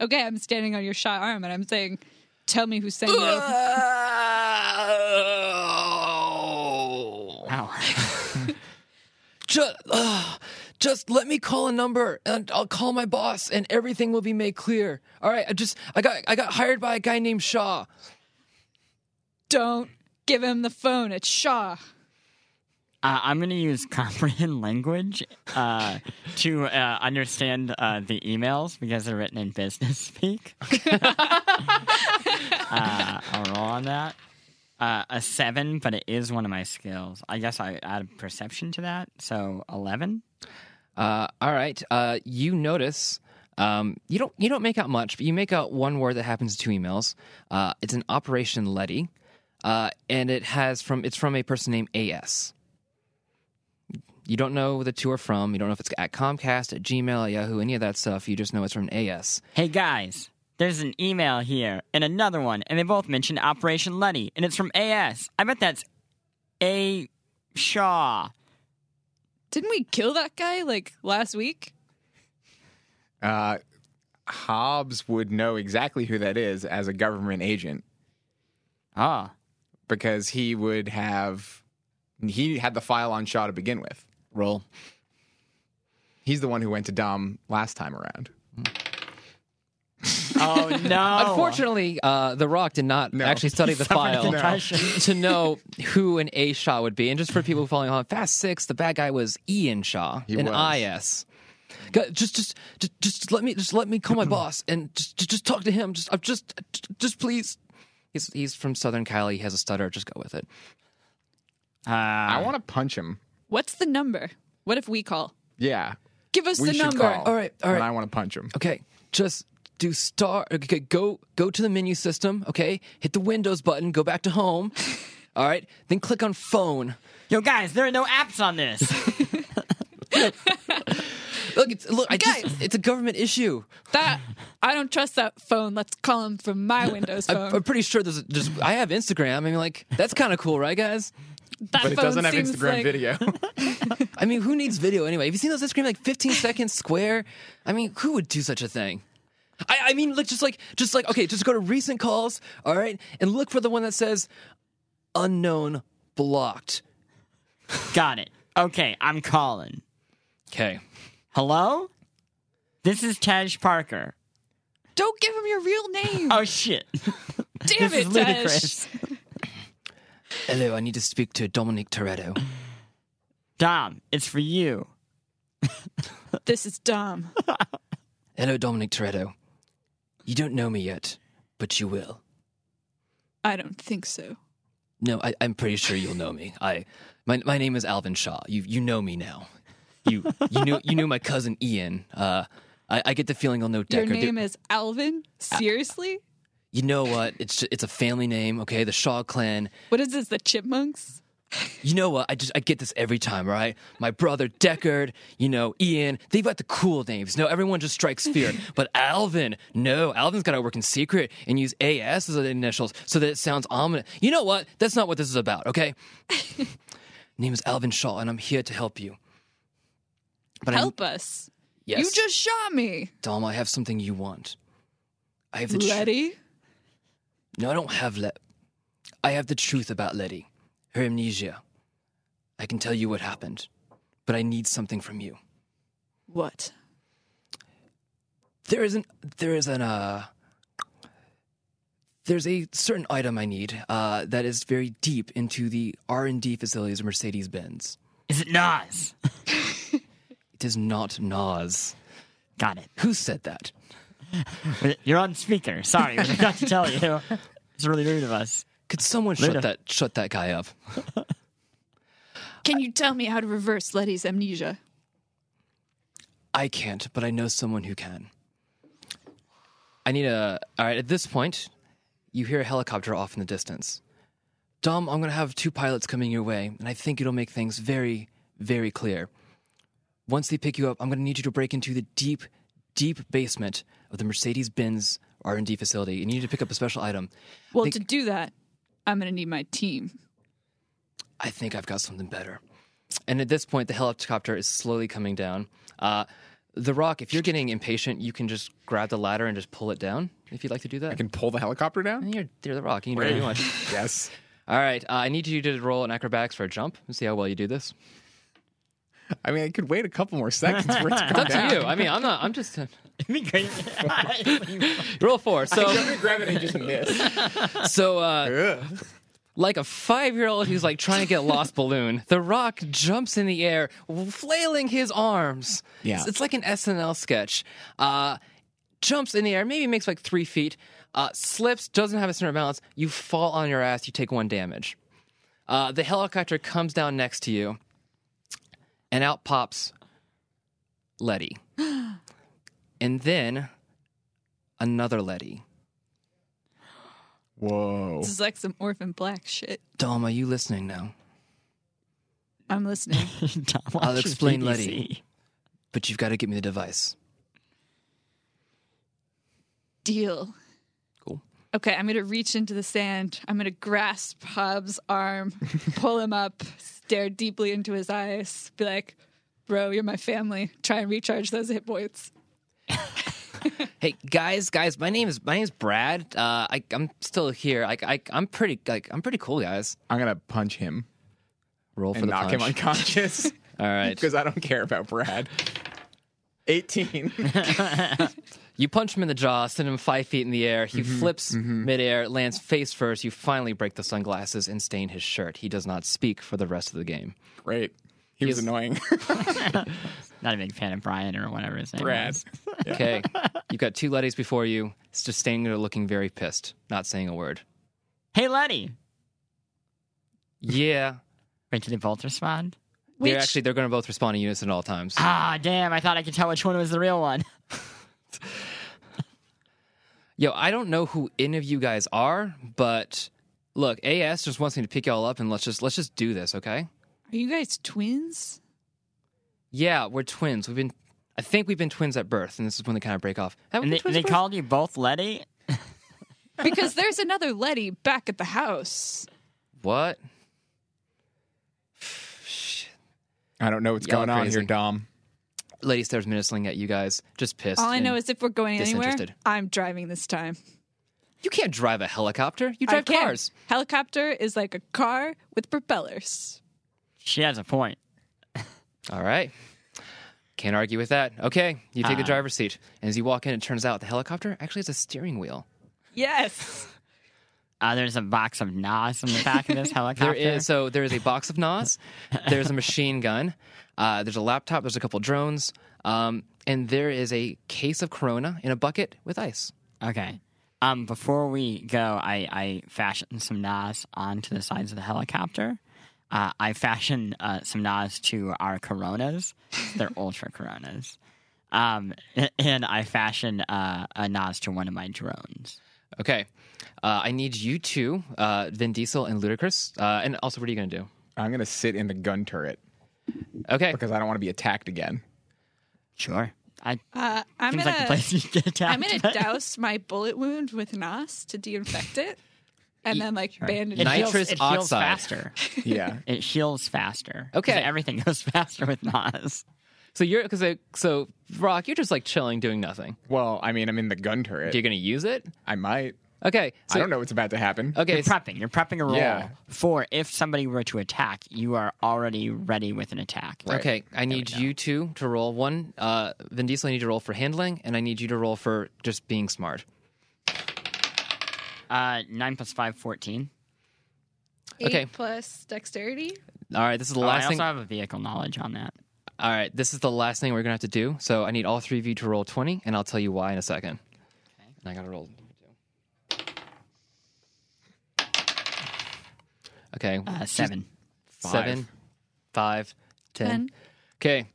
okay, I'm standing on your shot arm and I'm saying, "Tell me who sent you."
Wow.
Just, uh, just let me call a number, and I'll call my boss, and everything will be made clear. All right. I just, I got, I got hired by a guy named Shaw.
Don't give him the phone. It's Shaw.
Uh, I'm going to use comprehend language uh, to uh, understand uh, the emails because they're written in business speak. uh, I'll roll on that. Uh, a seven, but it is one of my skills. I guess I add perception to that, so eleven.
Uh, all right. Uh, you notice um, you don't you don't make out much, but you make out one word that happens in two emails. Uh, it's an Operation Letty, uh, and it has from it's from a person named AS. You don't know where the two are from. You don't know if it's at Comcast, at Gmail, at Yahoo, any of that stuff. You just know it's from an AS.
Hey guys, there's an email here and another one, and they both mention Operation Letty, and it's from AS. I bet that's A. Shaw.
Didn't we kill that guy like last week?
Uh, Hobbs would know exactly who that is as a government agent
Ah,
because he would have he had the file on Shaw to begin with.
Roll.
He's the one who went to Dom last time around.
Oh no!
Unfortunately, uh, The Rock did not
No.
actually study the file
Depression.
to know who an A Shaw would be. And just for people following on Fast Six, the bad guy was Ian Shaw, an
was.
IS. Go- Just, just, just, just let me, just let me call my boss and just, just, just talk to him. Just, I'm just, just, just please. He's he's from Southern Cali. He has a stutter. Just go with it.
Ah.
I want to punch him.
What's the number? What if we call?
Yeah.
Give us
We
the
should
number.
call.
All right, all
And
right.
I want to punch him.
Okay, just do star. Okay, go go to the menu system. Okay, hit the Windows button. Go back to home. All right, then click on phone.
Yo, guys, there are no apps on this.
Look, it's, look, I just,
Guys.
it's a government issue.
That I don't trust that phone. Let's call him from my Windows phone.
I'm, I'm pretty sure there's a- just I have Instagram. I mean, like that's kind of cool, right, guys?
that
But it
phone
doesn't have
seems
Instagram
like-
video.
I mean, who needs video anyway? Have you seen those Instagram like 15 seconds square? I mean, who would do such a thing? I, I mean, like just like just like okay, just go to recent calls, all right, and look for the one that says unknown blocked.
Got it. Okay, I'm calling.
Okay.
Hello? This is Taj Parker.
Don't give him your real name.
Oh shit!
Damn
this
it,
is ludicrous.
Tesh.
Hello, I need to speak to Dominic Toretto.
Dom, it's for you.
This is dumb.
Hello, Dominic Toretto. You don't know me yet, but you will.
I don't think so.
No, I, I'm pretty sure you'll know me. I, my, my name is Alvin Shaw. You you know me now. You you knew you knew my cousin Ian. Uh, I, I get the feeling I'll know Decker.
Your name is Alvin? Seriously?
you know what? It's ju- it's a family name. Okay, the Shaw clan.
What is this, the Chipmunks?
You know what? I just I get this every time, right? My brother Deckard, you know Ian. They've got the cool names. No, everyone just strikes fear. But Alvin, no, Alvin's got to work in secret and use AS as the initials so that it sounds ominous. You know what? That's not what this is about. Okay. name is Alvin Shaw, and I'm here to help you. But I'm-
Help us.
yes,
You just shot me.
Dom. I have something you want. I have the tr-
Letty?
No, I don't have Let. I have the truth about Letty, her amnesia. I can tell you what happened, but I need something from you.
What?
There isn't. There is an. Uh, there's a certain item I need uh, that is very deep into the R and D facilities of Mercedes Benz.
Is it Nas?
It is not Nas.
Got it.
Who said that?
You're on speaker. Sorry, we forgot to tell you. It's really rude of us.
Could someone
Later.
shut that shut that guy up?
Can you tell me how to reverse Letty's amnesia?
I can't, but I know someone who can. I need a. All right, at this point, you hear a helicopter off in the distance. Dom, I'm going to have two pilots coming your way, and I think it'll make things very, very clear. Once they pick you up, I'm going to need you to break into the deep, deep basement of the Mercedes-Benz R&D facility, and you need to pick up a special item.
Well,
Think-
to do that, I'm going to need my team.
I think I've got something better. And at this point, the helicopter is slowly coming down. Uh, the Rock, if you're getting impatient, you can just grab the ladder and just pull it down if you'd like to do that.
I can pull the helicopter down?
You're, you're the Rock. You can do whatever you want.
Yes.
All right, uh, I need you to roll an acrobatics for a jump and see how well you do this.
I mean, I could wait a couple more seconds for it to
It's
come
up
down.
to you. I mean, I'm not. I'm just
It'd be great.
roll four. So
grab it and just miss.
so uh,
Ugh.
like a five year old who's like trying to get a lost balloon, The Rock jumps in the air, flailing his arms.
Yeah.
It's, it's like an SNL sketch. Uh, jumps in the air, maybe makes like three feet, uh, slips, doesn't have a center of balance. You fall on your ass, you take one damage. Uh, the helicopter comes down next to you, and out pops Letty. and then another Letty.
Whoa.
This is like some orphan black shit.
Dom, are you listening now?
I'm listening.
Don't watch
I'll explain
BBC.
Letty. But you've got to get me the device.
Deal.
Cool.
Okay, I'm gonna reach into the sand. I'm gonna grasp Hobbs' arm, pull him up, stare deeply into his eyes, be like, "Bro, you're my family. Try and recharge those hit points."
Hey guys, guys, my name is my name's Brad. Uh, I, I'm still here. I, I, I'm pretty like I'm pretty cool, guys.
I'm gonna punch him
Roll for
and
the
knock
punch.
him unconscious
All right,
because I don't care about Brad. 18.
you punch him in the jaw, send him five feet in the air. He
Mm-hmm,
flips midair, lands face first. You finally break the sunglasses and stain his shirt. He does not speak for the rest of the game.
Great. He was
He's-
annoying.
Not a big fan of Brian or whatever his name
Brad.
was.
Okay, you've got two letties before you, s- just standing there looking very pissed, not saying a word.
Hey, Letty.
Yeah,
Wait, did they both respond?
they're actually they're going to both respond in unison at all times.
Ah, damn! I thought I could tell which one was the real one.
Yo, I don't know who any of you guys are, but look, AS just wants me to pick y'all up and let's just let's just do this, okay?
Are you guys twins?
Yeah, we're twins. We've been I think we've been twins at birth, and this is when they kind of break off. Have we been
And they,
twins
they
at birth?
called you both Letty.
Because there's another Letty back at the house.
what?
I don't know what's
Y'all
going on
crazy.
here, Dom.
Lady stares menacingly at you guys, just pissed.
All I
and-
know is if we're going anywhere,
disinterested.
I'm driving this time.
you can't drive a helicopter. You drive
I can.
cars.
Helicopter is like a car with propellers.
She has a point.
All right. Can't argue with that. Okay, you take the
Ah.
driver's seat. And as you walk in, it turns out the helicopter actually has a steering wheel.
Yes.
Uh, there's a box of Nas in the back of this helicopter.
There is so there is a box of Nas, there's a machine gun, uh, there's a laptop, there's a couple drones, um, and there is a case of Corona in a bucket with ice.
Okay. Um, before we go, I, I fashion some Nas onto the sides of the helicopter. Uh, I fashion uh, some Nas to our Coronas. They're ultra Coronas. Um, and I fashion uh, a Nas to one of my drones.
Okay, uh, I need you two, uh, Vin Diesel and Ludacris, uh, and also what are you gonna do?
I'm gonna sit in the gun turret
Okay,
because I don't want to be attacked again.
Sure. I
Uh, I'm
seems like the
gonna
place you get attacked.
I'm gonna douse my bullet wound with Nos to deinfect it, and then like bandage.
It
it.
Nitrous
heals, it heals
oxide.
faster.
Yeah.
It heals faster. 'Cause
Okay.
Everything goes faster with Nas.
so you're because so Rock, you're just like chilling, doing nothing.
well, I mean, I'm in the gun turret.
You're gonna use it.
I might.
Okay, so
I don't know what's about to happen.
okay,
You're prepping. You're prepping a roll
Yeah.
for if somebody were to attack, you are already ready with an attack.
okay. I need you two to roll one. Uh, Vin Diesel, I need you to roll for handling, and I need you to roll for just being smart.
Uh, 9 plus 5, 14.
okay.
plus dexterity.
All right, this is the
Oh, I
last
also
thing.
have a vehicle knowledge on that.
All right, this is the last thing we're gonna have to do. So I need all three of you to roll twenty, and I'll tell you why in a second. And I gotta roll. Okay,
Uh, 7.
seven, five, ten.
Ten.
Okay,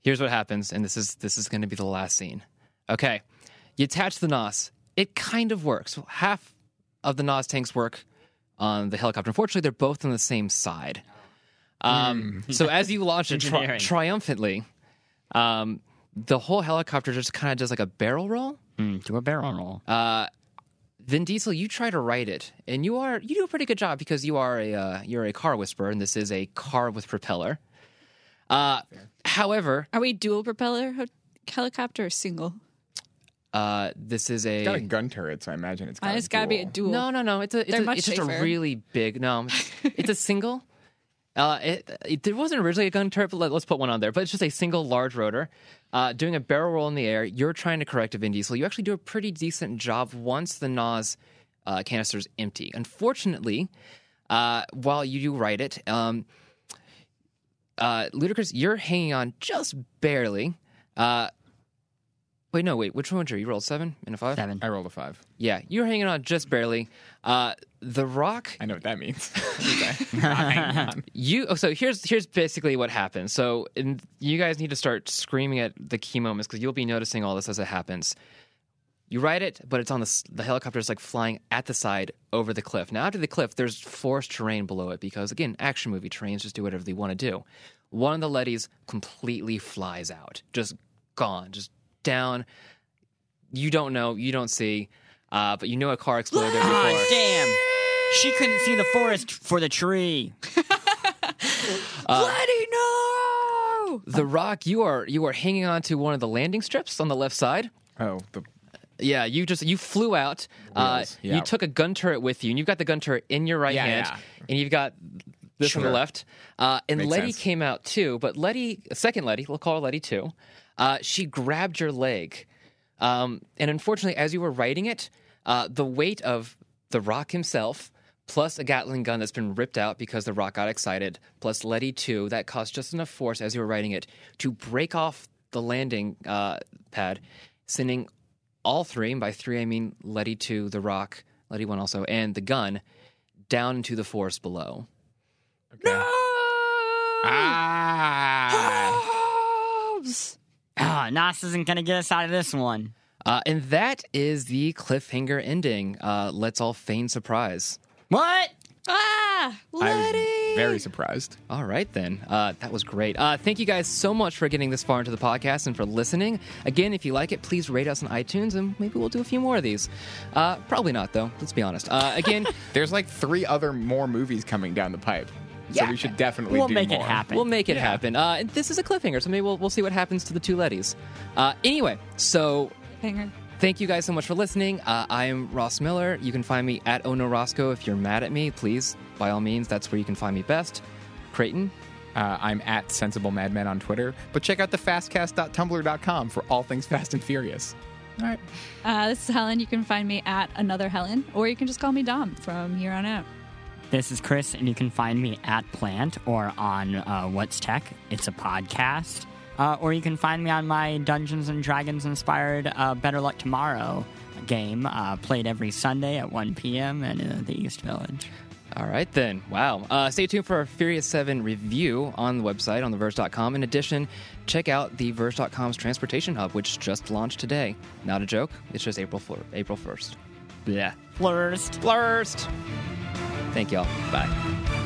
here's what happens, and this is this is gonna be the last scene. Okay, you attach the nos. It kind of works. Half of the nos tanks work on the helicopter. Unfortunately, they're both on the same side. Um, So as you launch it tri-
Engineering.
triumphantly, um, the whole helicopter just kind of does like a barrel roll.
Mm, do a barrel roll.
Vin Diesel, you try to write it, and you are you do a pretty good job because you are a uh, you're a car whisperer, and this is a car with propeller. Uh, however,
Are we dual propeller ho- helicopter or single?
uh, this is
It's got a
a
gun turret, so I imagine it's got.
Mine has got to be a dual.
no, no, no. It's a it's,
They're
a,
much
it's just a
safer.
really big no. It's, it's a single. Uh, it, it there wasn't originally a gun turret, but let, us put one on there. But it's just a single large rotor, uh, doing a barrel roll in the air. You're trying to correct a Vin Diesel. You actually do a pretty decent job once the Nas uh, canister's empty. Unfortunately, Uh, while you do write it, um, uh, Ludacris, you're hanging on just barely. Uh, wait, no, wait. Which one was you? You rolled seven and a five.
Seven.
I rolled a five.
Yeah, you're hanging on just barely. Uh, the Rock,
I know what that means. Okay. Not hanging on.
you. Oh, so here's here's basically what happens. So and you guys need to start screaming at the key moments because you'll be noticing all this as it happens. You ride it, but it's on the s- the helicopter is like flying at the side over the cliff. Now after the cliff, there's forest terrain below it because again, action movie terrains just do whatever they want to do. One of the Lettys completely flies out, just gone, just down. You don't know, you don't see, uh, but you know a car exploded there before.
God Ah, damn! She couldn't see the forest for the tree.
Letty, no!
The Rock, you are you are hanging on to one of the landing strips on the left side.
Oh, the
Yeah, you just you flew out. Uh,
Wheels, yeah.
You took a gun turret with you, and you've got the gun turret in your right
Yeah,
hand,
yeah.
and you've got this on
Sure.
the left. Uh, and
Makes
Letty
sense.
came out too, but Letty, second Letty, we'll call her Letty two. Uh, she grabbed your leg, um, and unfortunately, as you were riding it, uh, the weight of the Rock himself. Plus a Gatling gun that's been ripped out because the rock got excited. Plus Letty two that caused just enough force as you were riding it to break off the landing uh, pad, sending all three, and by three I mean Letty two, the rock, Letty one also, and the gun, down into the forest below.
ah.
Hobbs!
Ah, Nas isn't gonna get us out of this one.
Uh, and that is the cliffhanger ending. Uh, let's all feign surprise.
What?
Ah!
I was
Letty!
very surprised.
All right, then. Uh, that was great. Uh, thank you guys so much for getting this far into the podcast and for listening. Again, if you like it, please rate us on iTunes and maybe we'll do a few more of these. Uh, probably not, though. Let's be honest. Uh, again,
There's like three other more movies coming down the pipe. So
Yeah.
we should definitely
We'll
do
make it
more.
happen.
We'll make it happen. Uh, and this is a cliffhanger, so maybe we'll, we'll see what happens to the two Letties. Uh, anyway, so
Hanger.
thank you guys so much for listening. Uh, I am Ross Miller. You can find me at Ono Roscoe if you're mad at me. Please, by all means, that's where you can find me best. Creighton,
Uh, I'm at Sensible Madman on Twitter, but check out the fastcast.tumblr.com for all things Fast and Furious. All right.
Uh, this is Helen. You can find me at another Helen, or you can just call me Dom from here on out.
This is Chris, and you can find me at Plant or on uh, What's Tech. It's a podcast. Uh, or you can find me on my Dungeons and Dragons inspired uh, Better Luck Tomorrow game, uh, played every Sunday at 1 p.m. in uh, the East Village.
All right, then. Wow. Uh, stay tuned for our Furious 7 review on the website on theverge.com. In addition, check out the verge.com's transportation hub, which just launched today. Not a joke, it's just April, fir- April 1st. Yeah.
Flurst.
Blurst! Thank y'all. Bye.